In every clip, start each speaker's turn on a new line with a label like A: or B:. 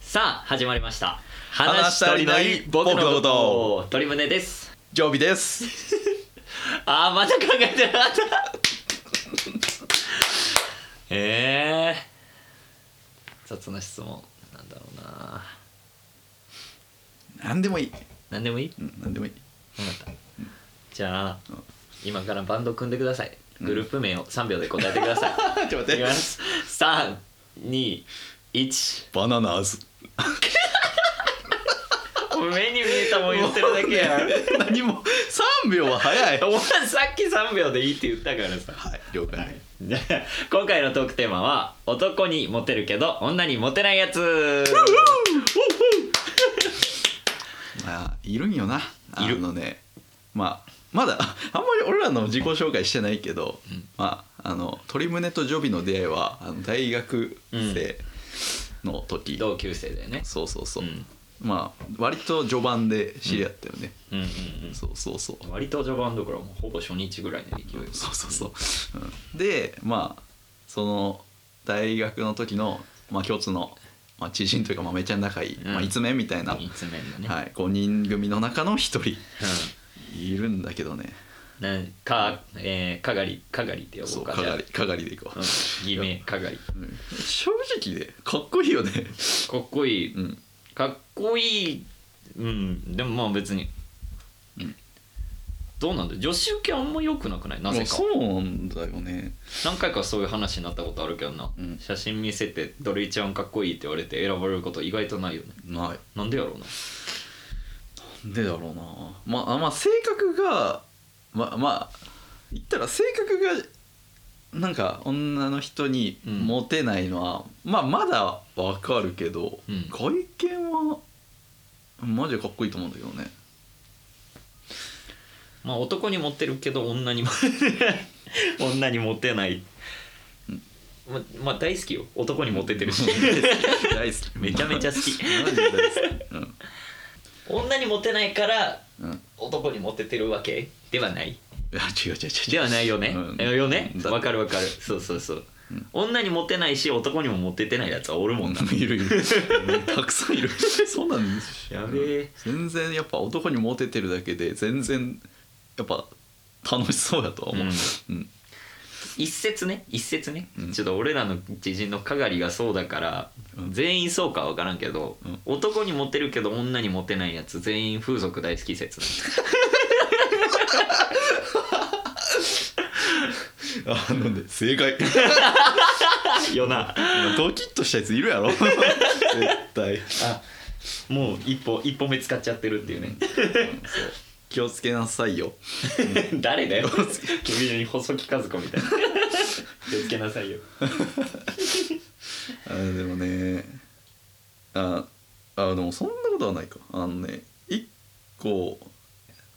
A: さあ始まりました
B: 話したりない僕のこと
A: 鳥胸です
B: 常備です。
A: あーまだ考えてなかった ええ雑な質問なんだろうな
B: 何でもいい。
A: 何でもいい
B: うん、何でもいい。
A: 分かったじゃあ今からバンド組んでくださいグループ名を3秒で答えてくだ さい
B: ちょっと
A: い
B: 待
A: き
B: っ
A: ま
B: て。
A: す321
B: バナナーズ。
A: 目に見えたもん言ってるだけやん
B: 何も三秒は早い。
A: お前さっき3秒でいいって言ったからさ
B: はい、了解。
A: で 今回のトークテーマは「男にモテるけど女にモテないやつ」
B: まあいるんよな。
A: いる
B: あのね、まあまだ あんまり俺らの自己紹介してないけど、まああの鳥胸と常備の出会いはあの大学生の時、
A: 同級生だよね
B: そうそうそう。
A: うん
B: まあ割と序盤で知り合ったよね。
A: うんうん
B: そうそうそう
A: う。ん割と序盤どころもうほぼ初日ぐらいの勢い
B: そうそうそう、うん、でまあその大学の時の、まあ、共通の、まあ、知人というか、まあ、めっちゃ仲いい、
A: うん
B: まあ、いつめみたいな、
A: 煮詰めんだね、
B: はい、5人組の中の1人
A: う
B: いるんだけどね
A: ん、なんか、えー、かがりかがりって呼ぼ
B: そうう
A: か
B: かがり
A: じ
B: かがりでいこ
A: ゃあうん偽名かがり
B: う、うん正直ねかっこいいよね
A: かっこいい
B: うん
A: かっこいいうんでもまあ別に、
B: うん
A: どうなんだ女子受けあんま良くなくないなぜ
B: もう
A: か
B: そうなんだよね
A: 何回かそういう話になったことあるけどな、
B: うん
A: 写真見せて「どれ一番かっこいい」って言われて選ばれること意外とないよね
B: な
A: なんでやろうない
B: なんでだろうなまあまあ性格がまあまあ言ったら性格がなんか女の人に
A: うん
B: モテないのは、まあまだわかるけど、
A: うん
B: 外見はマジでかっこいいと思うんだけど ね
A: まあ男にモテるけど女にも 女にモテないままあ大好きよ男にモテてるし
B: 大好き
A: めちゃめちゃ好き
B: マジで大好きうん
A: 女にモテないから
B: うんい
A: 男にモテてるわけではない
B: や違う違う違う違う
A: ではないよね、
B: うん
A: よね
B: だって
A: わかるわかるそうそうそう、
B: うん
A: 女にモテないし男にもモテてないやつはおるもんな
B: いるい るたくさんいるそうなんです
A: やべえ
B: 全然やっぱ男にモテてるだけで全然やっぱ楽しそうやとは思う、うん
A: 一説ね一説ね、
B: うん
A: ちょっと俺らの知人のかがりがそうだから、
B: うん
A: 全員そうかは分からんけど、
B: うん
A: 男にモテるけど女にモテないやつ全員風俗大好き説
B: あなんで正解
A: よ な
B: ドキッとしたやついる やろ絶対
A: もう一歩一歩目使っちゃってるっていうね、
B: 気をつけなさいよ
A: 誰だよ君に細木和子みた いな気をつけなさいよ
B: あでもねああでもそんなことはないかあのね一個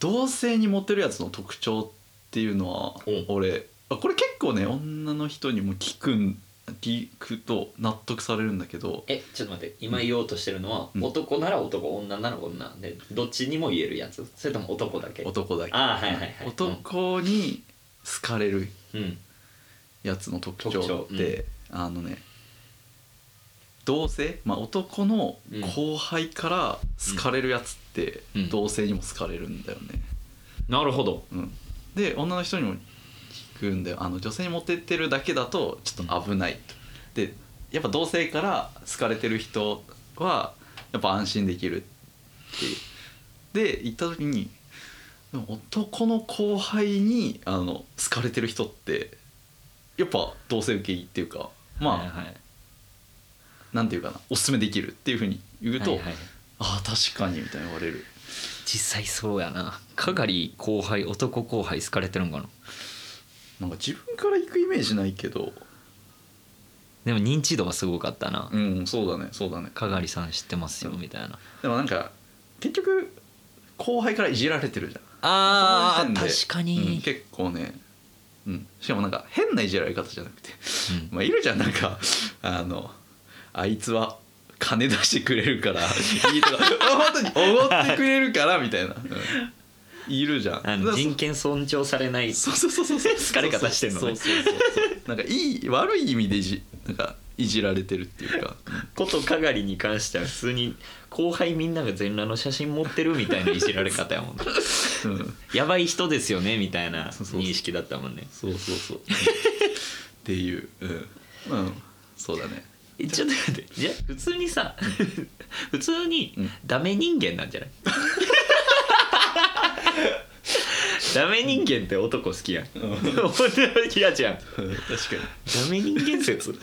B: 同性にモテるやつの特徴っていうのは
A: うん
B: 俺あこれ結構ね女の人にも聞くん聞くと納得されるんだけど
A: えちょっと待って今言おうとしてるのは、
B: うん
A: 男なら男女なら女でどっちにも言えるやつそれとも男だけ
B: 男だけ
A: あーはいはいはい
B: 男に好かれる
A: うん
B: やつの特徴
A: 特
B: っ
A: 徴
B: て、あのね同性、まあ、男の
A: うん
B: 後輩から好かれるやつって
A: うん
B: 同性にも好かれるんだよね、
A: なるほど
B: うんで女の人にも聞くんだよあの女性にモテてるだけだとちょっと危ないとでやっぱ同性から好かれてる人はやっぱ安心できるっていうで行った時にでも男の後輩にあの好かれてる人ってやっぱ同性受けいいっていうかまあ、
A: はいはい
B: なんていうかなおすすめできるっていうふうに言うと、
A: はいはい
B: ああ確かにみたいに言われる
A: 実際そうやなかがり後輩男後輩好かれてるんかな
B: なんか自分から行くイメージないけど
A: でも認知度はすごかったな、
B: うんそうだねそうだね
A: かがりさん知ってますよ
B: うん
A: みたいな
B: でもなんか結局後輩からいじられてるじゃん
A: あ
B: そ
A: ー
B: の時点で
A: 確か
B: うん
A: に、
B: 結構ね、うん、しかもなんか変ないじられ方じゃなくて
A: うん
B: まあいるじゃんなんか あのあいつは金出してくれるから いいとか本当におごってくれるからみたいな、うんいるじゃん
A: あ
B: だ
A: の
B: からそ
A: 人権尊重されない
B: そうそうそうそうそう
A: 疲れ方してんのね
B: そうそうそうそうなんかいい悪い意味でいじなんかいいじられてるっていうか
A: ことかがりに関しては普通に後輩みんなが全裸の写真持ってるみた いないじられ方やもんね
B: うん
A: やばい人ですよねみたいな
B: そうそうそう
A: 認識だったもんね
B: そうそうそうっていううん、うん、そうだね
A: えちょっと待ってじゃあ普通にさ普通に
B: うん
A: ダメ人間なんじゃ ないダメ人間って男好きやん
B: うん
A: 女の子嫌じゃんダ
B: 確か
A: メ人間説
B: に、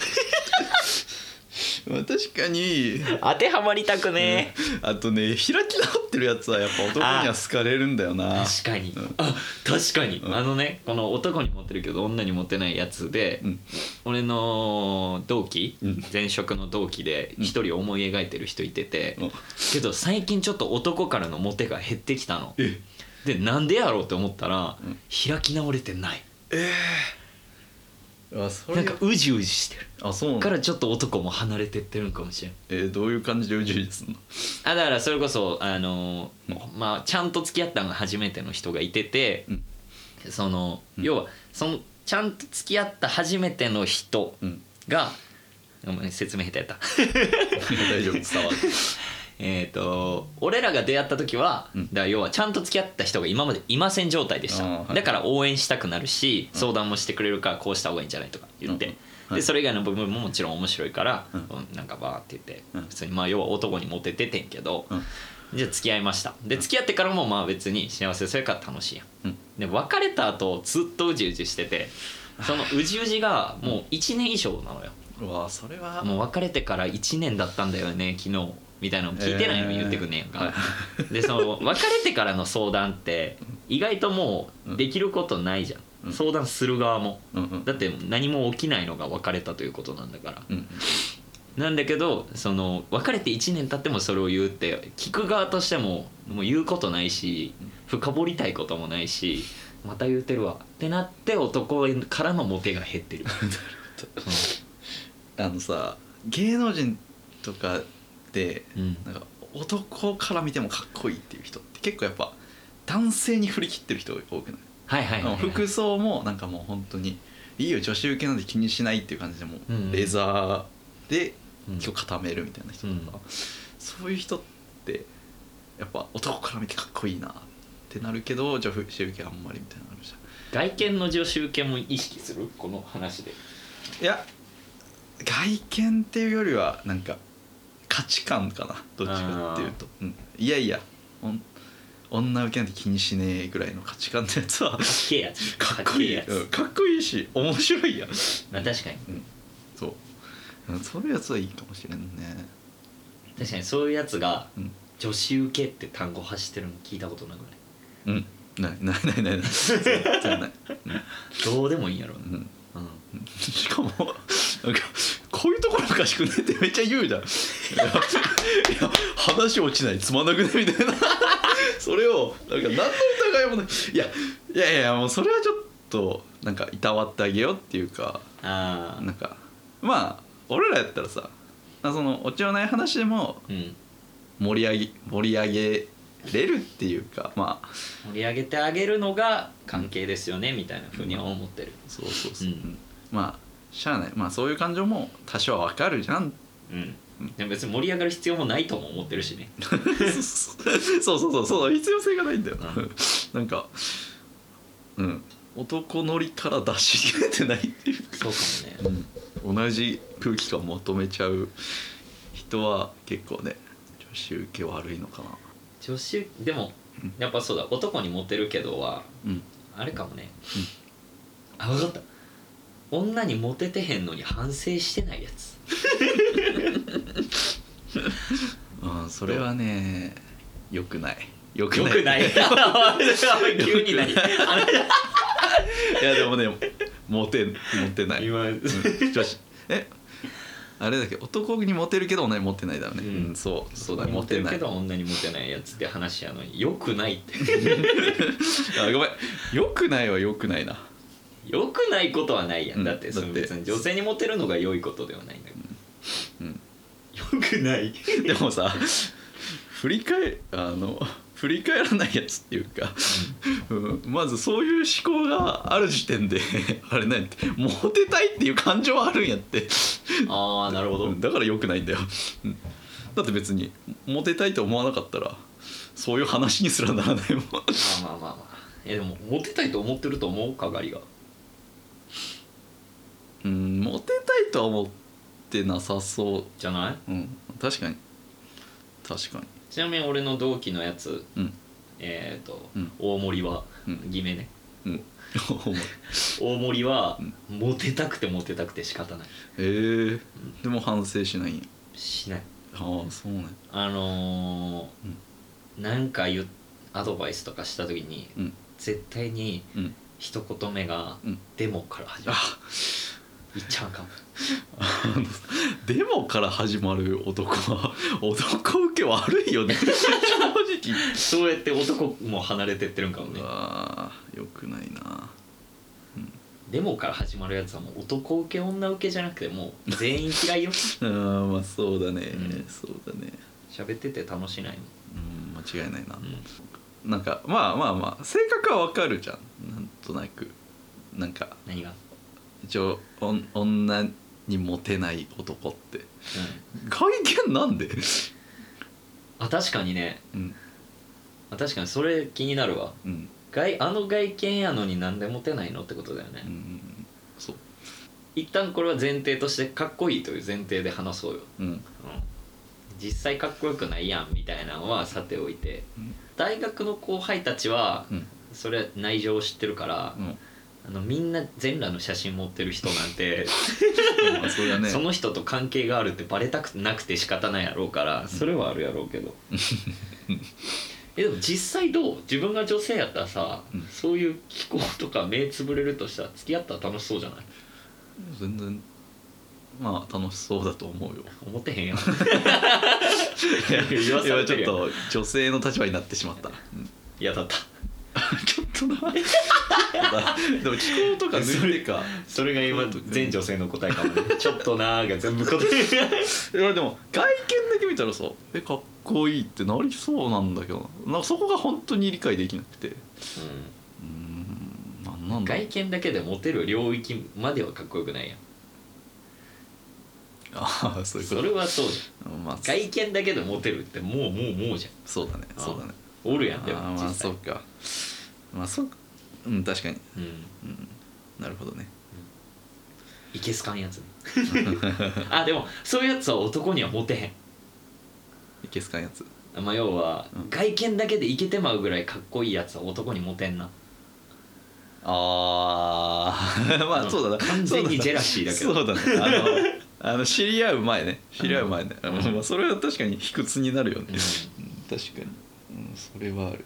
B: まあ、確かに
A: 当てはまりたくね
B: あとね開き直ってるやつはやっぱ男には好かれるんだよな
A: 確かに
B: うん
A: あ確かに
B: うん
A: あのねこの男に持ってるけど女に持ってないやつで
B: うん
A: 俺の同期
B: うん
A: 前職の同期で
B: うん
A: 一人思い描いてる人いてて
B: うん
A: けど最近ちょっと男からのモテが減ってきたの
B: え
A: でなんでやろうって思ったら、
B: うん
A: 開き直れてない
B: あそ
A: な
B: れ
A: んかうじうじしてる
B: あそうなん
A: か
B: だ
A: らちょっと男も離れてってるんかもしれん
B: えーどういう感じで充実するの
A: あだからそれこそあのー
B: う
A: まあちゃんと付き合ったのが初めての人がいてて
B: うん
A: その
B: うん
A: 要はそのちゃんと付き合った初めての人
B: うん
A: がごめん説明下手やった
B: 大丈夫伝わる
A: えっと俺らが出会った時は、
B: うん
A: だから要はちゃんと付き合った人が今までいません状態でした、
B: あーはい
A: だから応援したくなるし、
B: ん
A: 相談もしてくれるからこうした方がいいんじゃないとか言って、
B: うんはい
A: でそれ以外の部分ももちろん面白いから、
B: うん
A: うんなんかバーって言って、
B: うん
A: 普通にまあ要は男にモテててんけど、
B: うん
A: じゃあ付き合いましたで付き合ってからもまあ別に幸せそうやから楽しいやん
B: うん
A: で別れた後ずっとうじうじしててそのうじうじがもう1年以上なのよ、
B: うわそれは
A: もう別れてから1年だったんだよね昨日みたいなの聞いてないの
B: えー
A: 言ってくんねやんか、
B: はい
A: でその別れてからの相談って意外ともうできることないじゃん、
B: うん
A: 相談する側も
B: うんうん
A: だって何も起きないのが別れたということなんだから
B: うん
A: なんだけどその別れて1年経ってもそれを言うって聞く側としてももう言うことないし深掘りたいこともないしまた言うてるわってなって男からのモテが減って る
B: あのさ芸能人とかで
A: うん、うん
B: なんか男から見てもかっこいいっていう人って結構やっぱ男性に振り切ってる人が多くない
A: はいはいはい、
B: あの
A: はい、
B: 服装もなんかもう本当にいいよ女子受けなんて気にしないっていう感じでも
A: うんうん
B: うレザーで
A: うん
B: 今日固めるみたいな人とか、
A: うん
B: そういう人ってやっぱ男から見てかっこいいなってなるけど女子受けあんまりみたいなのあるじゃん
A: 外見の女子受けも意識するこの話で
B: いや外見っていうよりはなんか価値観かなどっちかっていうと、うん、いやいやおん女受けなんて気にしねえぐらいの価値観のやつ は
A: かっけえやつ
B: かっこいい
A: かっけえ
B: う
A: や
B: んかっこいいし面白いやん
A: つまあ確かに
B: そううんそういうやつはいいかもしれんね
A: 確かにそういうやつが
B: うん
A: 女子受けって単語走ってるの聞いたことなくない
B: うんないないな いないない絶対ない
A: どうでもいいんやろ、
B: うんうん
A: うん、
B: しかもなんかこういうところおかしくねってめっちゃ言うじゃんいやいや話落ちないつまんなくねみたいなそれをなんか何の疑いもないいやいやいやもうそれはちょっとなんかいたわってあげようっていうか
A: ああ
B: なんかまあ俺らやったらさその落ちのない話でも
A: うん
B: 盛り上げ盛り上げれるっていうかまあ
A: 盛り上げてあげるのが関係ですよねみたいなふうには思ってる
B: そうそうそう、
A: うん
B: うんまあしゃあないまあそういう感情も多少はわかるじゃん
A: うん
B: うん
A: でも別に盛り上がる必要もないとも思ってるしね
B: そうそうそうそう必要性がないんだよ、
A: う
B: なんかうん男乗りから出し切れてないっていう
A: そうかもね
B: 同じ空気感求めちゃう人は結構ね女子受け悪いのかな
A: 女子でも
B: うん
A: やっぱそうだ男にモテるけどは
B: うん
A: あれかもね、あ分かった女にモテてへんのに反省してないやつ
B: あそれはねよくないよ
A: よくない急にない
B: いやでもねモテモテない、うん、
A: 今
B: 女子えあれだっけ男にモテるけど女にモテないだよ
A: う
B: ね、
A: ん
B: うん、そうそうだね
A: モ
B: モ
A: テ
B: テ
A: る
B: な
A: け
B: い
A: ど女にモテないやつって話やのによくないって
B: あごめん良くないは良くないな
A: よくないことはないやんだって
B: うん
A: その
B: だって
A: 別に女性にモテるのが良いことではないんだけど、
B: うん
A: よくない
B: でもさ振り返あの振り返らないやつっていうか、うんまずそういう思考がある時点であれなんやってモテたいっていう感情はあるんやって
A: ああなるほど、
B: うんだから良くないんだよ、うんだって別にモテたいと思わなかったらそういう話にすらならないもん
A: まあまあまあまあえでもモテたいと思ってると思うかがりが
B: うんモテたいとは思ってなさそ、
A: じゃないう
B: うん、確かに確かに
A: ちなみに俺の同期のやつ
B: うん
A: えっ、と、
B: うん
A: 大森は、
B: うん
A: 偽名ね
B: うん 思う
A: 大森は、
B: ん
A: モテたくてモテたくて仕方ない
B: えー、でも反省しないんや
A: しない
B: ああそうね
A: あのーなんか言うアドバイスとかした時に
B: うん
A: 絶対に
B: うん
A: 一言目が
B: うん
A: 「でも」から始まる
B: あ
A: 言っちゃうかも
B: あのデモから始まる男は 男受け悪いよね正直
A: そうやって男も離れてってるんかもね
B: ああよくないな
A: 「でも」から始まるやつはもう男受け女受けじゃなくてもう全員嫌いよ
B: あーまあそうだね、
A: うん
B: そうだね
A: 喋ってて楽しないの
B: うん間違いないな
A: う、ん
B: なんかまあまあまあ性格はわかるじゃんなんとなくなんか
A: 何が、
B: 一応おん女にモテない男って外見なんで
A: あ確かにね
B: うん
A: あ確かにそれ気になるわ
B: うん
A: 外あの外見やのになんでモテないのってことだよね、
B: うんそう
A: 一旦これは前提としてかっこいいという前提で話そうよ、
B: うん
A: うん、実際かっこよくないやんみたいなのはさておいて、
B: うん
A: 大学の後輩たちは
B: うん
A: それは内情を知ってるから、
B: うん
A: あのみんな全裸の写真持ってる人なんて、
B: まあそうだね
A: その人と関係があるってバレたくなくて仕方ないやろうからそれはあるやろうけ ど、えでも実際どう自分が女性やったらさ、
B: うん
A: そういう気候とか目つぶれるとしたら付き合ったら楽しそうじゃない
B: 全然まあ楽しそうだと思うよ
A: 思ってへん やん言わさ
B: 今
A: れ
B: ち
A: て
B: ょ
A: るや
B: っ
A: ん
B: と女性の立場になってしまった、うん
A: 嫌だった
B: ちょっとなでも気候とか抜いてか
A: それが今全女性の答えかも ねちょっとなーが全部答え
B: いやでも外見だけ見たらさえかっこいいってなりそうなんだけどななんかそこが本当に理解できなくてうーんなんな
A: うんん
B: だ
A: 外見だけでモテる領域まではかっこよくないやん
B: ああそういうこ
A: そ
B: と
A: れはそうじ
B: まあ
A: ゃん外見だけでモテるってもうもうもうじ
B: そうだね
A: あー
B: そうだね
A: ゃんおるや
B: あ
A: んでも
B: ーまあ
A: 実
B: そ
A: 際
B: うかまあそうかうん確かに
A: うん
B: うんなるほどね
A: いけすかんや つねあでもそういうやつは男にはモテへ
B: いけすかんやつ
A: んまあ要は
B: うん
A: 外見だけでいけてまうぐらいかっこいいやつは男にモテんな
B: ああ まあそうだな
A: 完全にジェラシーだけど
B: そうだねあ のあの知り合う前ね知り合う前ね、
A: うん
B: まあ、それは確かに卑屈になるよね、
A: うん
B: うん確かに、うん、それはある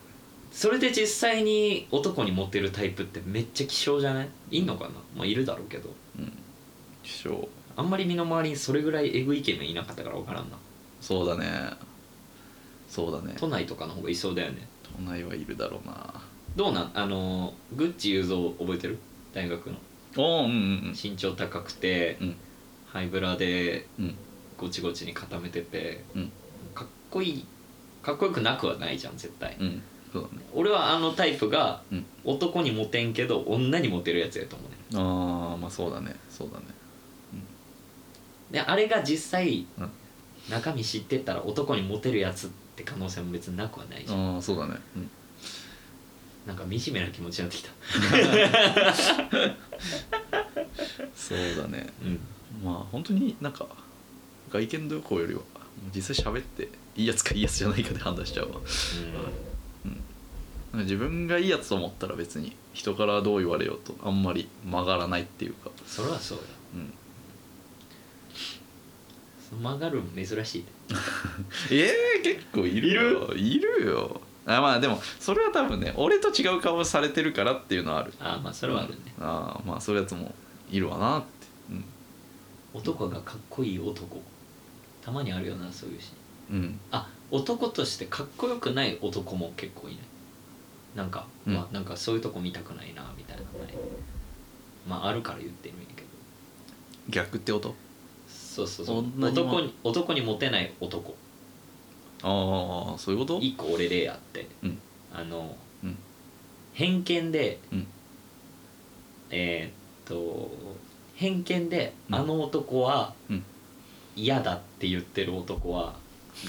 A: それで実際に男にモテるタイプってめっちゃ希少じゃないいんのかなまあいるだろうけど
B: うん希少
A: あんまり身の回りにそれぐらいエグいイケメンいなかったから分からんな
B: そうだねそうだね
A: 都内とかの方がいそうだよね
B: 都内はいるだろうな
A: どうなんあのーグッチ雄三覚えてる大学の
B: おーうんうん
A: 身長高くて
B: うん
A: ハイブラで
B: うん
A: ゴチゴチに固めてて
B: うん
A: かっこいいかっこよくなくはないじゃん絶対
B: うんそうだね
A: 俺はあのタイプが
B: うん
A: 男にモテんけど女にモテるやつやと思うね
B: ああまあそうだねそうだね
A: であれが実際
B: うん
A: 中身知ってたら男にモテるやつって可能性も別になくはないじゃん
B: ああそうだね、 うん、
A: なんか惨めな気持ちになってきた
B: そうだね
A: うん
B: まあ本当になんか外見どうこうよりは実際喋っていいやつかいいやつじゃないかで判断しちゃうわなんか自分がいいやつと思ったら別に人からどう言われようとあんまり曲がらないっていうか、
A: それはそうよ
B: うん、
A: その曲がるの珍しい
B: ええ結構いるよいるよあまあでもそれは多分ね俺と違う顔をされてるからっていうのはある
A: ああまあそれはあるね、
B: あーまあそういうやつもいるわなって、うん
A: 男がかっこいい男たまにあるよなそういうシーン
B: うん、
A: あ男としてかっこよくない男も結構いないなんか、
B: うん
A: まあなんかそういうとこ見たくないなみたいなのないまああるから言ってるんやけど
B: 逆ってこと
A: そうそうそう
B: 女にも
A: 男に男にモテない男
B: ああそういうこと
A: 一個俺例あって
B: うん
A: あの
B: うん
A: 偏見で
B: うん
A: えーっと偏見で
B: うん
A: あの男は
B: うん
A: 嫌だって言ってる男は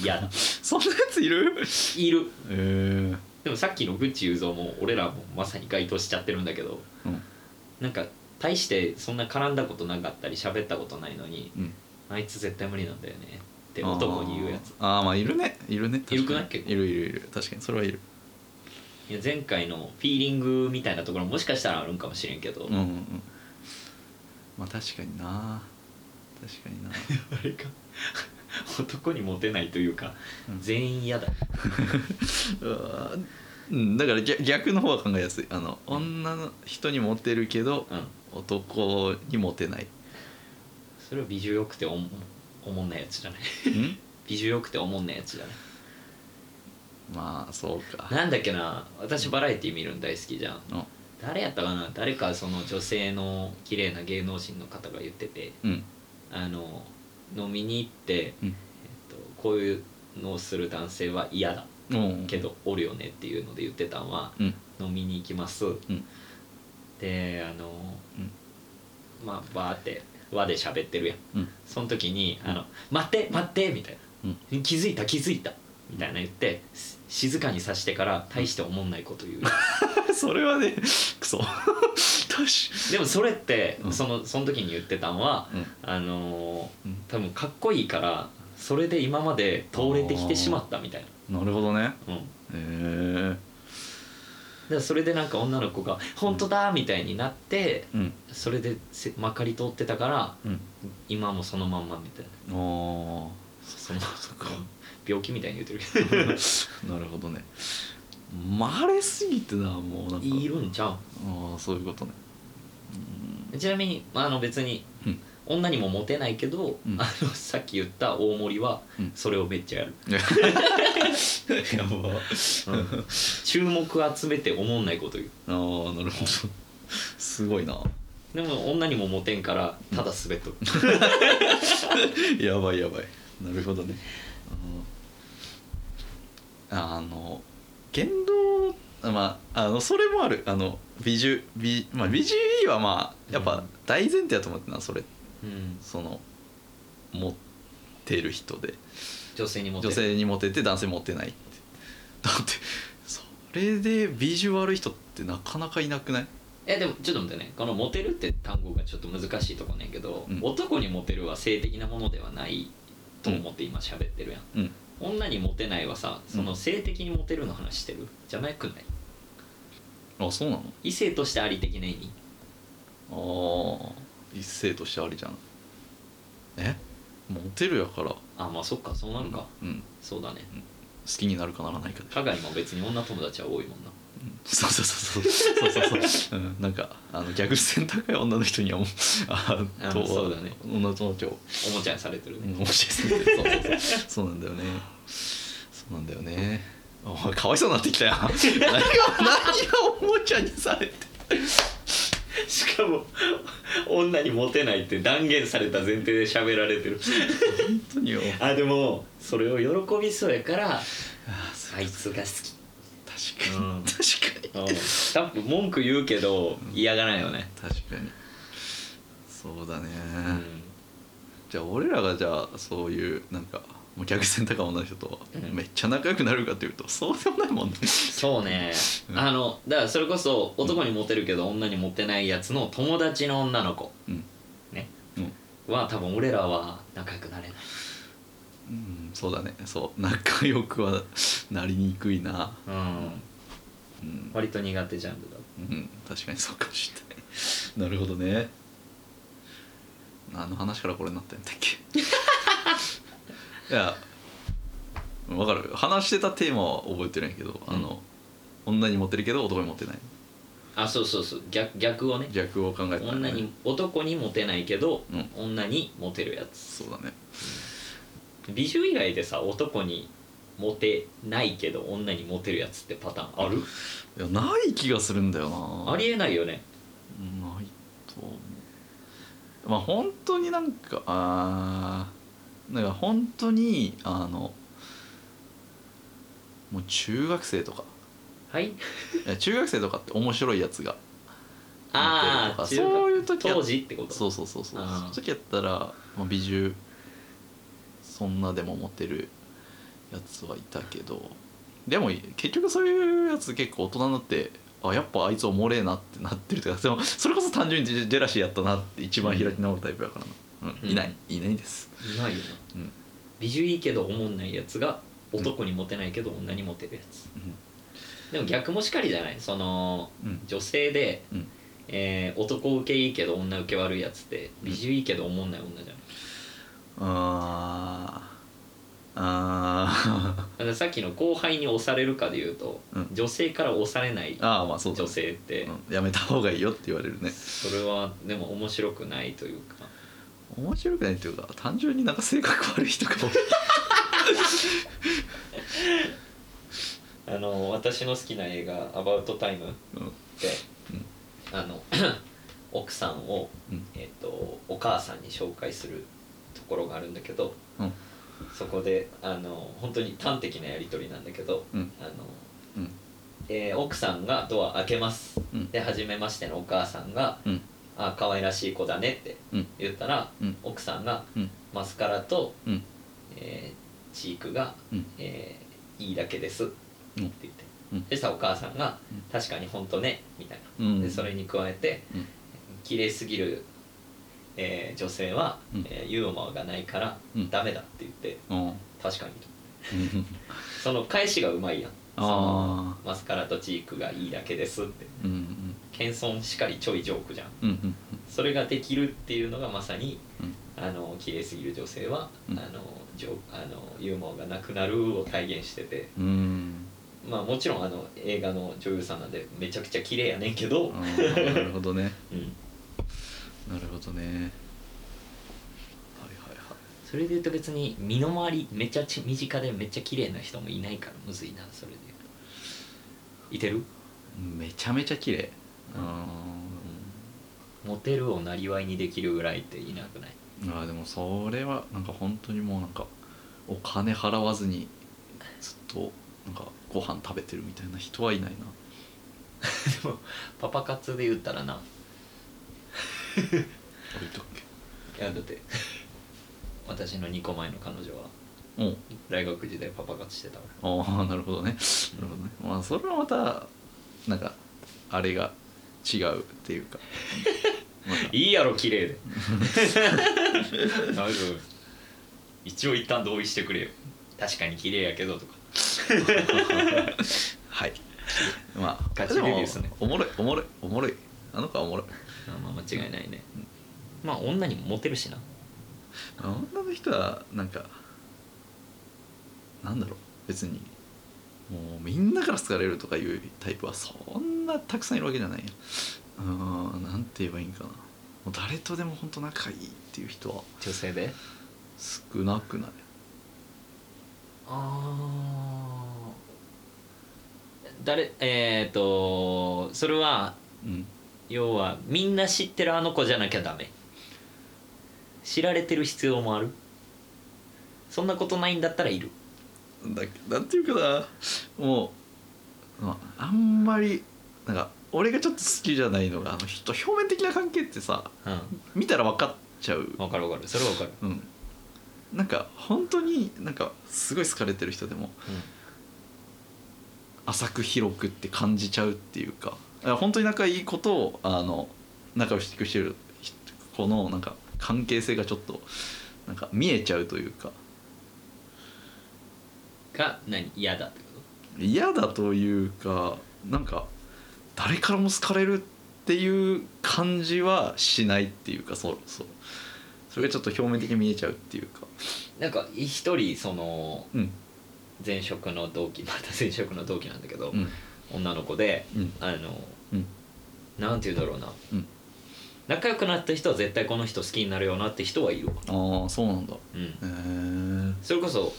A: 嫌 だ
B: そんなやついる
A: いる
B: ええー、
A: でもさっきのグッチ雄三も俺らもまさに該当しちゃってるんだけど
B: うん
A: なんか大してそんな絡んだことなかったり喋ったことないのに
B: うん
A: あいつ絶対無理なんだよねって男に言うやつ
B: あーあーまあいるねいるね確かに
A: いるくない結構
B: いるいるいる確かにそれはいる
A: いや前回のフィーリングみたいなところもしかしたらあるんかもしれんけど、
B: うんうんうんまあ確かにな確かにな、
A: あれか男にモテないというか
B: うん
A: 全員嫌だ
B: うわーうん、だから逆逆の方は考えやすいあの女の人にモテるけど
A: うん
B: 男にモテない
A: それは美女よくておもおもんないやつじゃない
B: ん
A: 美女よくておもんないやつじゃない
B: まあそうか
A: なんだっけな私バラエティ見るの大好きじゃん
B: うん
A: 誰やったかな誰かその女性の綺麗な芸能人の方が言ってて
B: うん
A: あの飲みに行って、
B: うん
A: えっと、こういうのをする男性は嫌だ
B: うん
A: けどおるよねっていうので言ってたんは
B: うん
A: 飲みに行きます、
B: ん
A: であの、まあバーって和で喋ってるやん
B: うん
A: その時に「あの待って待って」みたいな、気づいた気づいた」みたいな言ってし静かにさしてから大しておもんないこと 言う
B: それはねクソ 確か
A: でもそれって
B: うん
A: そのその時に言ってたんは
B: に、
A: あのー
B: うん
A: 多分かっこいいからそれで今まで通れてきてしまったみたい
B: うん、なるほどね
A: な、うん、
B: へえー、
A: でそれでなんか女の子が「本当だ!」みたいになって
B: うん
A: それでせまかり通ってたから
B: うん
A: 今もそのまんまみたいな
B: あ
A: その病気みたいに言ってるけ
B: あ なるほどねまれすぎてなもうなんか
A: どいるんちゃ
B: ああそういうことね
A: うちなみに、まあ、あの別に
B: うん
A: 女にもモテないけど、
B: うん
A: あのさっき言った大森は
B: うん
A: それをめっちゃやる、
B: やば
A: うん注目集めて思んないこと言う
B: ああなるほどすごいな
A: でも女にもモテんからただ滑っ とる、
B: やばいやばいなるほどねあのあの言動まああのそれもあるあの美術美まあ美術 E はまあやっ
A: う
B: ぱ
A: ん
B: 大前提だと思ってなそれ
A: うん
B: その持ってる人で
A: 女性にモテ
B: 女
A: る
B: 性にモテて男性モテないってだってそれでビジュアル人ってなかなかいなくない
A: えでもちょっと待ってねこの「モテる」って単語がちょっと難しいとこねんけど、
B: うん
A: 男にモテるは性的なものではないと思って今喋ってるやん、
B: うん
A: 女にモテないはさその性的にモテるの話してるじゃなくない
B: あそうなの
A: 異性としてあり的な意味
B: ああ一性としてありじゃんえモテるやから
A: あまあそっかそうなんか、
B: うん、うん好
A: そうだね
B: きになるかならないかで
A: 加害も別に女友達は多いもんな
B: うんそうそうそうそうそうそう そう、うん、なんかあの逆線高い女の人にはもうあ
A: あ
B: と
A: そうだね
B: 女の友達を
A: おもちゃにされてるね、
B: 面白いですねそうそうそうそうなんだよねそうなんだよねお前かわいそうになってきたよ何が何がおもちゃにされて
A: しかも女にモテないって断言された前提で喋られてる
B: 本当によ
A: あでもそれを喜びそうやから
B: あそう
A: あいつが好き
B: 確かに、
A: うん
B: 確かに
A: 多分文句言うけど嫌がらないよね、
B: 確かにそうだね、
A: うん
B: じゃあ俺らがじゃあそういうなんかもう逆線高い女の人と
A: うん
B: めっちゃ仲良くなるかというとそうでもないもんね
A: そうね、
B: うん
A: あのだからそれこそ男にモテるけど女にモテないやつの友達の女の子
B: うん
A: ね
B: うん、
A: は多分俺らは仲良くなれない
B: うん、そうだねそう仲良くはなりにくいな
A: うん
B: うん、
A: 割と苦手ジャンルだ
B: うん、確かにそうかもしれないなるほどね何の話からこれになったんだっけ いや分かる話してたテーマは覚えてるんやけど、あの女にモテるけど男にモテない
A: あそうそうそう逆逆をね
B: 逆を考えてたら
A: 女
B: ね
A: に男にモテないけど、
B: うん
A: 女にモテるやつ
B: そうだね
A: 美女以外でさ男にモテないけど女にモテるやつってパターンある、
B: いやない気がするんだよな
A: ありえないよね
B: ないと思うまあ本当になんかあーなんか本当にあのもう中学生とか
A: はい
B: いや中学生とかって面白いやつが
A: ああ
B: そういう時は
A: 当時ってこと
B: そうそうそうそうそ
A: あー
B: の時やったら、まあ、美獣そんなでもモテるやつはいたけどでも結局そういうやつ結構大人になってあやっぱあいつおもれえなってなってるとかでもそれこそ単純にジェジェラシーやったなって一番開き直るタイプやからな、うん
A: うん
B: いないいないです
A: いないよな
B: うん
A: 美女いいけどおもんないやつが男にモテないけど女にモテるやつ、でも逆もしかりじゃないその
B: うんうん
A: 女性で、
B: うん
A: えー男受けいいけど女受け悪いやつって美女いいけどおもんない女じゃない、
B: あーあ
A: だからさっきの後輩に押されるかで言うと、
B: うん
A: 女性から押されない
B: ー あーまあそうだ
A: 女性って、
B: うんやめた方がいいよって言われるね
A: それはでも面白くないというか
B: 面白くないっていうか単純になんか性格悪い人 が多い
A: あの私の好きな映画「アバウトタイム」
B: うん
A: で、あの 奥さんを、
B: うん
A: えっとお母さんに紹介するところがあるんだけど
B: うん
A: そこであの本当に端的なやり取りなんだけど、
B: うん
A: あの
B: うん
A: えー奥さんがドア開けます、
B: うん
A: で初めましてのお母さんが
B: うん
A: 「あ可愛らしい子だね」って
B: うん
A: 言ったら、
B: うん
A: 奥さんが
B: うん
A: マスカラと、
B: うん
A: えーチークが、
B: うん
A: えーいいだけです」って言って、
B: うん
A: でさお母さんが
B: うん
A: 「確かに本当ね」みたいな。
B: うん
A: でそれに加えて、
B: うん
A: 綺麗すぎる、えー女性は、
B: うん
A: えーユーモアがないから
B: うん
A: ダメだって言って
B: うんうん
A: 確かにとその返しがうまいやんその
B: あ
A: マスカラとチークがいいだけですって
B: ーうん
A: 謙遜しかりちょいジョークじゃん
B: うんうん
A: それができるっていうのがまさに、
B: うん
A: あの綺麗すぎる女性は、
B: うん
A: あのジョあのユーモアがなくなるを体現してて
B: うんうん
A: まあもちろんあの映画の女優さんなんでめちゃくちゃ綺麗やねんけど、
B: あーなるほどね
A: うん、
B: なるほどねはいはいはい
A: それで言うと別に身の回りめちゃち身近でめっちゃ綺麗な人もいないからむずいなそれで言うといてる
B: めちゃめちゃ綺麗う
A: モテるをなりわいにできるぐらいっていなくない
B: んあーでもそれはなんか本当にもうなんかお金払わずにずっとなんかご飯食べてるみたいな人はいないな
A: でもパパ活で言ったらな
B: あいたっ
A: いやだって私の2個前の彼女は
B: けうん
A: 大学時代パパ活してたか
B: ああなるほどねなるほどねまあそれはまたなんかあれが違うってい うかま
A: らいいやろ綺 麗で大丈夫一応一旦同意してくれよ確かに綺麗やけどとか
B: た はいまあ
A: ガチレビューですね
B: もおもろいおもろいおもろいあの子はおもろい
A: あまあ間違いないねまあ女にもモテるしな
B: 女の人はなんかなんだろう別にもうみんなから好かれるとかいうタイプはそんなたくさんいるわけじゃないやうーんなんて言えばいいんかなもう誰とでも本当仲いいっていう人は
A: 女性で
B: 少なくない
A: あー誰えっ、とそれは
B: うん
A: 要はみんな知ってるあの子じゃなきゃダメ知られてる必要もあるそんなことないんだったらいる
B: だなんていうかなもう、まあ、あんまりなんか俺がちょっと好きじゃないのがあの人表面的な関係ってさ
A: うん
B: 見たら分かっちゃう、
A: わかるわかるそれはわかる、
B: うん、なんか本当になんかすごい好かれてる人でも浅く広くって感じちゃうっていうかだから本当に仲いいことをあの仲良しくしてる人このなんか関係性がちょっとなんか見えちゃうというか
A: が何嫌だってこ
B: 嫌だというかなんか誰からも好かれるっていう感じはしないっていうかそうそうそれがちょっと表面的に見えちゃうっていうか
A: となんか一人その
B: うん
A: 前職の同期ま た前職の同期なんだけど、
B: うん
A: 女の子で
B: うん
A: あの
B: うん
A: なんて言うんだろうな、
B: うん
A: 仲良くなった人は絶対この人好きになるよなって人はいるわ、
B: ああそうなんだへ
A: うん
B: えうん
A: それこそ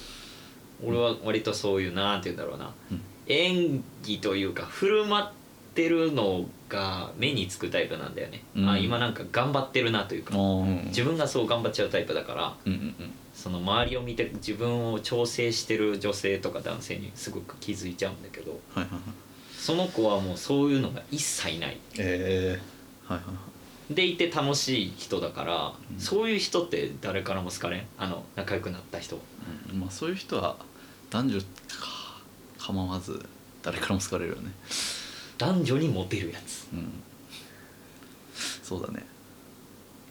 A: 俺は割とそういうなんて言うんだろうな、
B: うん
A: 演技というか振る舞ってるのが目につくタイプなんだよね、
B: うん
A: あ今なんか頑張ってるなというか
B: ああうん
A: 自分がそう頑張っちゃうタイプだから
B: うんうん
A: その周りを見て自分を調整してる女性とか男性にすごく気づいちゃうんだけど
B: はいはいはい
A: その子はもうそういうのが一切ない
B: えー、はいはいはい
A: でいて楽しい人だから、
B: うん
A: そういう人って誰からも好かれんあの仲良くなった人
B: うんまあそういう人は男女か構わず誰からも好かれるよね
A: 男女にモテるやつ
B: うんそうだね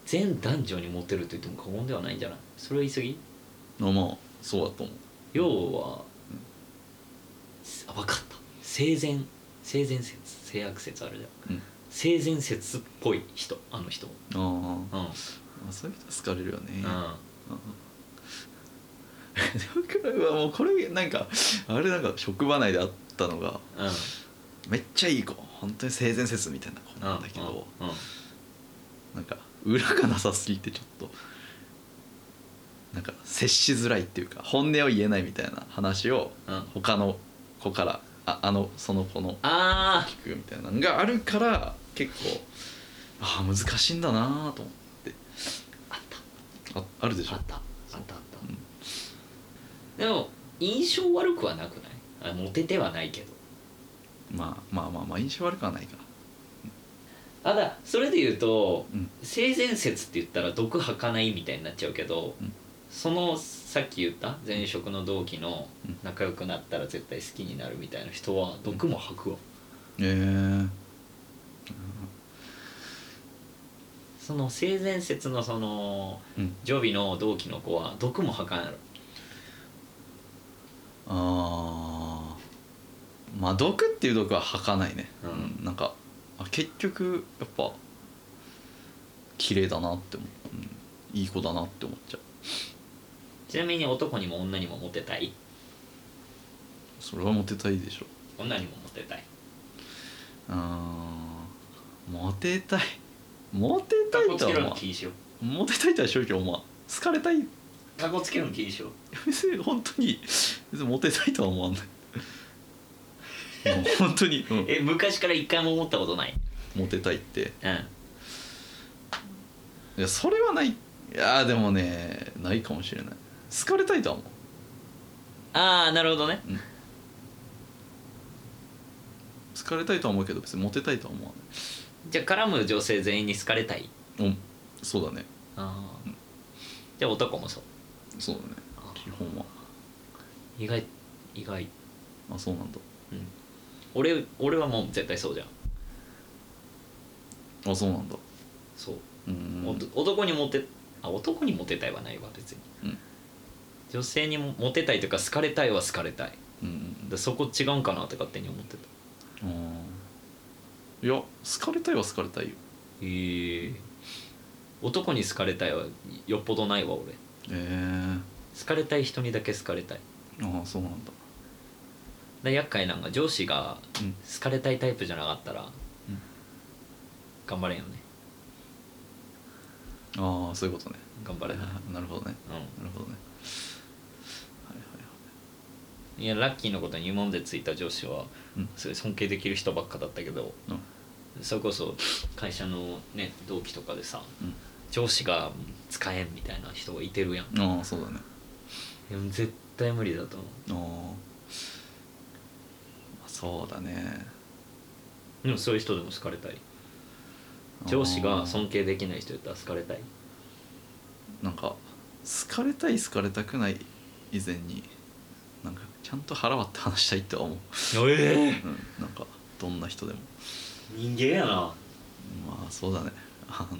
A: 全男女にモテると言っても過言ではないんじゃないそれは言い過ぎ
B: まあまあそうだと思う
A: 要は、あ分かった性善性善説性悪説あるじゃん
B: うん
A: 性善説っぽい人あの人
B: あー
A: うん、うん
B: まあそういう人は好かれるよねうん でもこれはもうこれなんかあれなんか職場内であったのが
A: うん
B: めっちゃいい子本当に性善説みたいな子なんだけど
A: うんうん
B: なんか裏がなさすぎてちょっとなんか接しづらいっていうか本音を言えないみたいな話を
A: うん
B: 他の子からああのその子の
A: あ
B: 聞くみたいなのがあるから結構ああ難しいんだなと思って
A: ーあった
B: ああるでしょ
A: あったあったあった、
B: うん
A: でも印象悪くはなくないあモテてはないけど
B: まあまあまあまあ印象悪くはないか
A: あだそれで言うと
B: うん
A: 性善説って言ったら毒吐かないみたいになっちゃうけど、
B: うん
A: そのさっき言った前職の同期の
B: うん
A: 仲良くなったら絶対好きになるみたいな人は毒も吐くわ、
B: へえ
A: その性善説のその
B: うん
A: 女尾の同期の子は毒も吐かない
B: あーまあ毒っていう毒は吐かないね、
A: うん
B: うんなんかあ結局やっぱ綺麗だなって思う、うん、いい子だなって思っちゃう
A: ちなみに男にも女にもモテたい
B: それはモテたいでしょ
A: 女にもモテたい
B: あーモテたいモテた
A: かっ
B: い
A: こ
B: と
A: つけ
B: は
A: る
B: 思
A: の
B: わ
A: 禁止よ
B: んモテたいとは正直思わん好かれたい
A: かっこつけるの禁止よ
B: 別に本当に別にモテたいとは思 わないもう本当に、うん
A: え昔から一回も思ったことない
B: モテたいって
A: うん
B: いやそれはないいやーでもねないかもしれない好かれたいとは思
A: ああなるほどね
B: う、うん、好かれたいとは思うけど別にモテたいとは思わ
A: じゃあ絡む女性全員に好かれたい
B: ないうんそうだね
A: あー
B: うん
A: じゃあ男もそう
B: そうだね基本は
A: 意外意外
B: あそうなんだ
A: 俺俺はもう絶対そうじゃん
B: あそうなんだ
A: そう、
B: うーん
A: おと男にモテあ男にモテたいはないわ別に、
B: うん
A: 女性にもモテたいというか好かれたいは好かれたい
B: うんうん
A: だそこ違うんかなって勝手に思ってた
B: うんいや好かれたいは好かれたいよ
A: へえ男に好かれたいはよっぽどないわ俺
B: えー、
A: 好かれたい人にだけ好かれたい
B: ああそうなんだ
A: で厄介なんか上司が
B: うん
A: 好かれたいタイプじゃなかったら
B: うん
A: 頑張れんよね
B: ああそういうことね
A: 頑張れない、
B: なるほどね
A: う
B: なるほどねはいはいはい
A: ん、いやラッキーのことに問でついた上司は
B: うん
A: すごい尊敬できる人ばっかだったけど
B: うん
A: それこそ会社のね同期とかでさ
B: うん
A: 上司が使えんみたいな人がいてるやん
B: ああそうだね
A: でも絶対無理だと思
B: あーまあそうだね
A: うでもそういう人でも好かれたい上司が
B: そ
A: 尊敬できない人やったら好かれたい
B: なんか好かれたい好かれたくない以前になんかちゃんと腹割って話したいとは思う、
A: ええ
B: うん、なんかどんな人でも
A: 人間やな
B: まあそうだねあの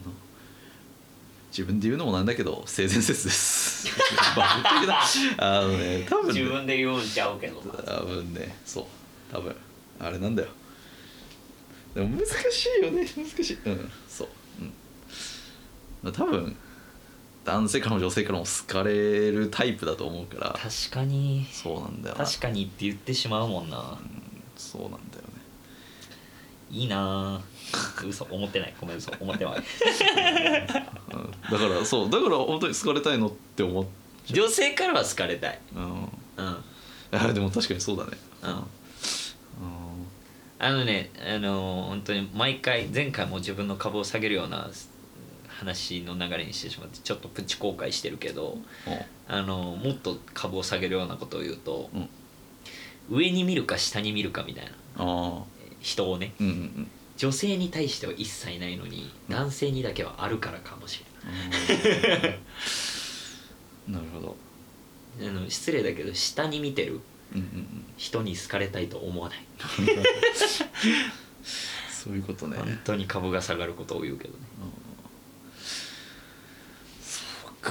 B: 自分で言うのもなんだけど性善説です バカ的なあのね多分
A: 自
B: ね
A: 分で言うんちゃうけど
B: 多分ねそう多分あれなんだよでも難しいよね難しいうんそううん多分男性からも女性からも好かれるタイプだと思うから
A: 確かに
B: そうなんだよな
A: 確かにって言ってしまうもんな
B: そうなんだよね
A: いいなあ嘘思ってないごめん嘘思ってない
B: うんだからそうだから本当に好かれたいのって思っ
A: 女性からは好かれたい
B: うん
A: うん
B: あでも確かにそうだね
A: うん
B: うん
A: あのねあのー本当に毎回前回も自分の株を下げるような話の流れにしてしまってちょっとプチ後悔してるけど
B: う
A: あのもっと株を下げるようなことを言うと
B: うん
A: 上に見るか下に見るかみたいな
B: あ
A: 人をね
B: ーう んうん
A: 女性に対しては一切ないのに男性にだけはあるからかもし
B: うんなるほど
A: れないあの失礼だけど下に見てる
B: うんうんうん
A: 人に好かれたいと思わない
B: そういうことね
A: 本当に株が下がることを言うけどね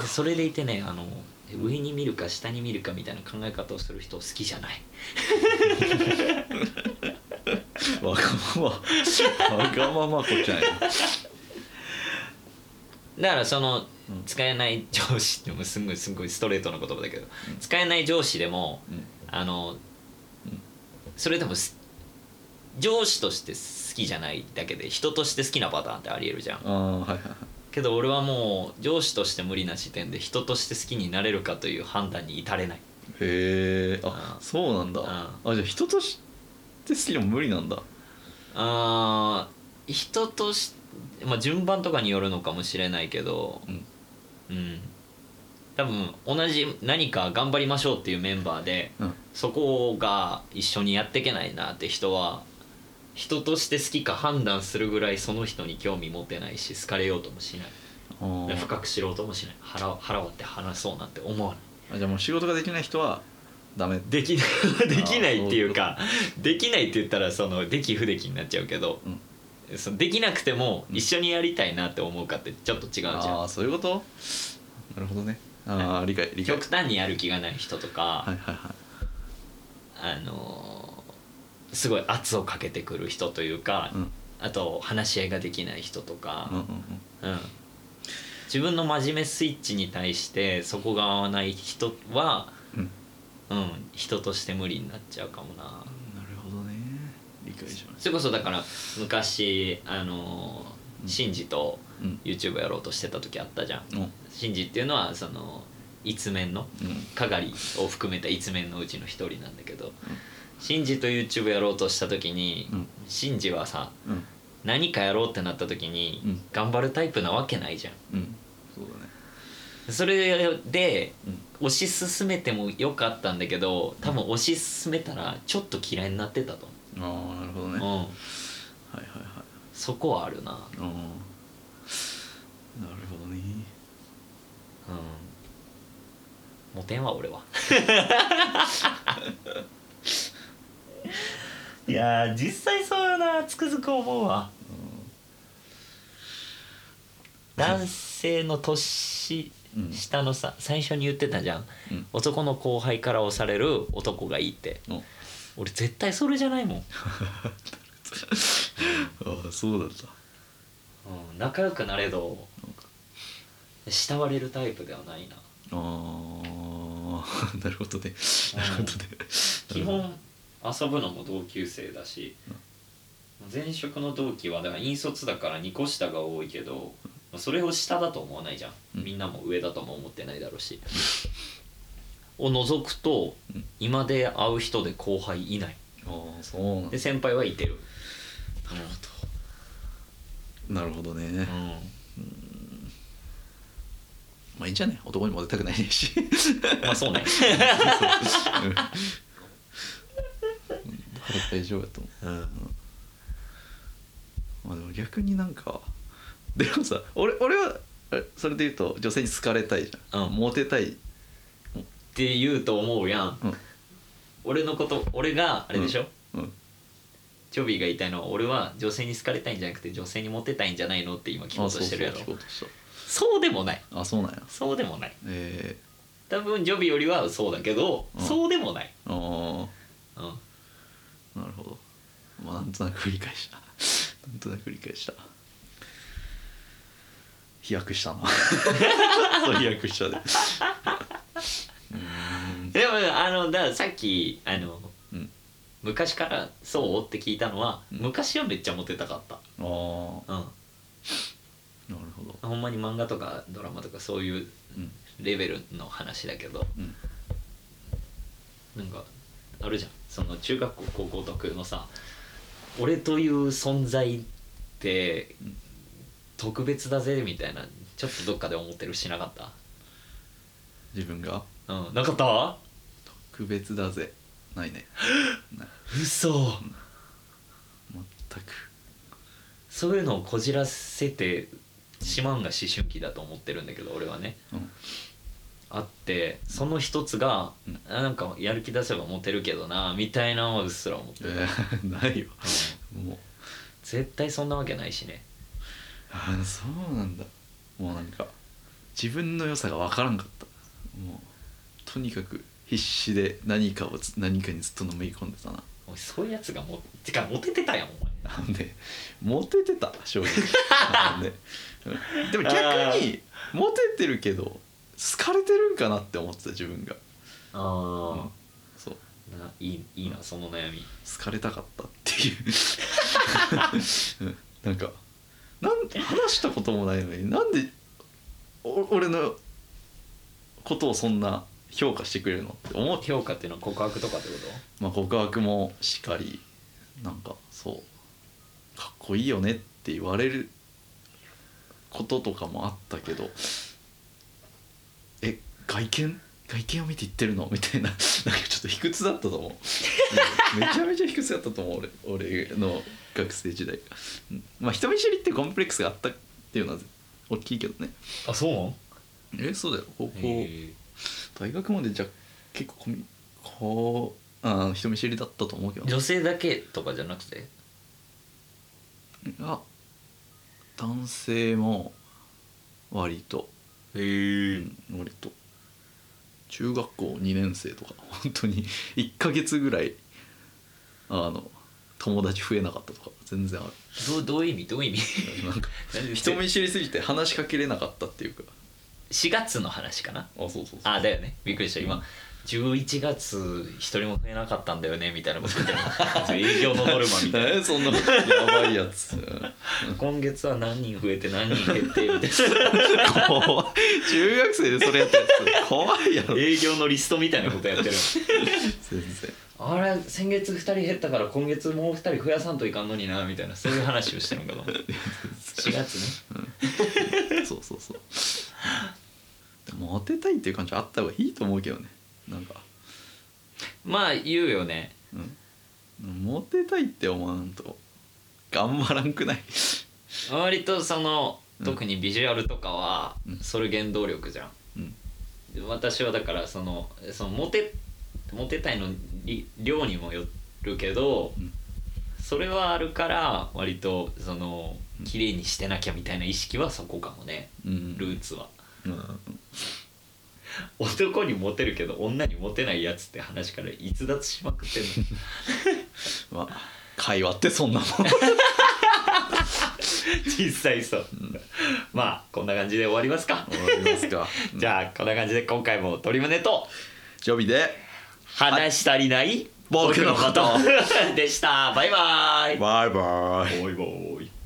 A: それでいてねあの上に見るか下に見るかみたいな考え方をする人好きじゃない
B: わがままわがままこっちゃない
A: だからその
B: うん
A: 使えない上司ってもうすごいすごいストレートな言葉だけど使えない上司でもあのそれでもす上司として好きじゃないだけで人として好きなパターンってありえるじゃん
B: ああはいはいはい
A: けど俺はもう上司として無理な時点で人として好きになれるかという判断に至れない
B: へえあ
A: うん
B: そうなんだ
A: うん
B: あじゃあ人として好きでも無理なんだ
A: あー人とし、まあ、順番とかによるのかもしれないけど
B: うん
A: うん多分同じ何か頑張りましょうっていうメンバーで
B: うん
A: そこが一緒にやっていけないなって人は人として好きか判断するぐらいその人に興味持てないし好かれようともしない
B: あー
A: 深く知ろうともしない腹を腹割って話そうなんて思わない
B: あじゃあもう仕事ができない人はダメ
A: できない できないっていうかできないって言ったらそのでき不できになっちゃうけど、そのできなくても一緒にやりたいなって思うかってちょっと違うじゃん、
B: ああそういうことなるほどねああ理解理解
A: 極端にやる気がない人とか、
B: はいはいはい
A: あのーすごい圧をかけてくる人というか、
B: うん
A: あと話し合いができない人とか
B: うん、うん
A: うん自分の真面目スイッチに対してそこが合わない人は、
B: うんうん
A: うん、人として無理になっちゃうかもな。
B: なるほどね理解しまし
A: それこそだから昔あの
B: うん
A: シンジと
B: たうん
A: YouTube やろうとしてた時あったじゃん
B: うんうん
A: シンジっていうのはその一面のかがりを含めた一面のうちの一人なんだけどシンジと YouTube やろうとした時に
B: うん
A: シンジはさ
B: うん
A: 何かやろうってなった時に
B: うん
A: 頑張るタイプなわけないじゃん
B: うんそうだね
A: それで
B: うん
A: 推し進めてもよかったんだけど多分推し進めたらちょっと嫌いになってたと
B: ああなるほどね
A: 思う、うん、
B: はいはいはい
A: そこはあるな
B: ああなるほど
A: う
B: ね
A: んモテんわ俺はいやー実際そうよなつくづく思うわ男性の年
B: うん
A: 下のさ最初に言ってたじゃん
B: うん
A: 男の後輩から押される男がいいって
B: うんあ
A: 俺絶対それじゃないもん、
B: あそうだった
A: うん、仲良くなれど慕われるタイプではない な
B: ああ なるほどねなるほどね
A: 基本遊ぶのも同級生だし前職の同期はだから引率だから2個下が多いけどそれを下だと思わないじゃ
B: うん
A: んみんなも上だとも思ってないだろうしを除くと
B: うん
A: 今で会う人で後輩いない
B: ああそうなん
A: で先輩はいてる
B: なるほどね
A: うん
B: まあいいんじゃね男にモテたくない し
A: まあそう ね
B: うんだから大丈夫だと思うまあでも逆になんかでもさ俺俺はあれそれで言うと女性に好かれたいじゃん、
A: うん
B: モテたい、
A: って言うと思うやん
B: うん
A: 俺のこと俺があれでしょ
B: うん、
A: チョビーが言いたいのは俺は女性に好かれたいんじゃなくて女性にモテたいんじゃないのって今聞こうとしてるやろ
B: あそうそう聞こうとし
A: そうでもない
B: たあそうなんや
A: そうでもない
B: え
A: 多分ジョビよりはそうだけど、
B: うん
A: そうでもない、
B: ー、あ
A: うん、
B: あなるほどまあなんとなく理解した なんとなく理解した飛躍したな そう飛躍したで
A: でもあのだからさっきあの
B: うん
A: 昔からそうって聞いたのは、
B: うん
A: 昔はめっちゃモテたかっ
B: ああー
A: た、うん、
B: なるほど
A: ほんまに漫画とかドラマとかそういう
B: うん
A: レベルの話だけど
B: うん
A: なんかあるじゃんその中学校高校特有のさ俺という存在って
B: うん
A: 特別だぜみたいなちょっとどっかで思ってるしなかった
B: 自分が
A: うん、なかった
B: 特別だぜないねない
A: 嘘
B: 全く
A: そういうのをこじらせてしまうんが思春期だと思ってるんだけど俺はね
B: うん
A: あってその一つが、
B: うん
A: あなんかやる気出せばモテるけどなみたいなのはうっすら思ってる、
B: えーないよ
A: うん
B: もう
A: 絶対そんなわけないしね
B: あーそうなんだもうなんか自分の良さが分からんかったもうとにかく必死で何かをつ何かにずっとのめり込んでたな
A: おいそういうやつがもてかモテてたやんお前
B: なんでモテてた正直なんでうんでも逆にモテてるけど好かれてるんかなって思ってた自分が、うん
A: あ
B: そう
A: あ、ないいいいなその悩み
B: 好かれたかったっていううんなんかなん話したこともないのになんでお俺のことをそんな評価してくれるのって思って、
A: 評価っていうのは告白とかってこ
B: まあ、告白もしかりなんかそうかっこいいよねって言われることとかもあったけどえ外見外見を見て言ってるのみたいな なんかちょっと卑屈だったと思ううんめちゃめちゃ卑屈だったと思う俺 俺の学生時代うんまあ人見知りってコンプレックスがあったっていうのは大きいけどね
A: とあそうなん
B: えそうだよ高校
A: へえ
B: 大学までじゃ結構コミこうあー人見知りだったと思うけど
A: 女性だけとかじゃなくて
B: あ男性も割と
A: へ
B: 割と中学校2年生とか 本当に1ヶ月ぐらいあの友達増えなかったとか全然ある
A: どうどういう意味どういう意味
B: なんか
A: なんで
B: 人見知りすぎて話しかけれなかったっていうか
A: 4月の話かな
B: あそうそうそう
A: あだよねびっくりした
B: う
A: 今
B: ん
A: 11月一人も増えなかったんだよねみたいなこと言ってたそう営業のノルマみたい
B: え そんなやばいや つ
A: な今月は何人増えて何人減ってみたい
B: 怖い中学生でそれやったやつ怖いやろ
A: な 営業のリストみたいなことやってる
B: 全然
A: あれ先月2人減ったから今月もう2人増やさんといかんのになみたいなそういう話をしてるのかと思4月ね
B: そうそうそうでもモテたいっていう感じはあった方がいいと思うけどねなんか、
A: まあ言うよね
B: うん、モテたいって思わんと頑張らんくない
A: 割とその
B: うん
A: 特にビジュアルとかは
B: うん
A: それ原動力じゃん
B: うん
A: 私はだからそのそのモテモテたいのり量にもよるけど、
B: うん
A: それはあるから割とその
B: うん
A: 綺麗にしてなきゃみたいな意識はそこかもね
B: うん
A: ルーツは
B: うん
A: 男にモテるけど女にモテないやつって話から逸脱しまく ってんの
B: まあ会話ってそんなもん
A: 実際そう、まあこんな感じで終わりますか、
B: 終わ りますか
A: じゃあこんな感じで今回も鳥胸と
B: ジョビで
A: 話し足りない
B: 僕のこと
A: でしたバイバイ
B: バイバイ
A: バイバイ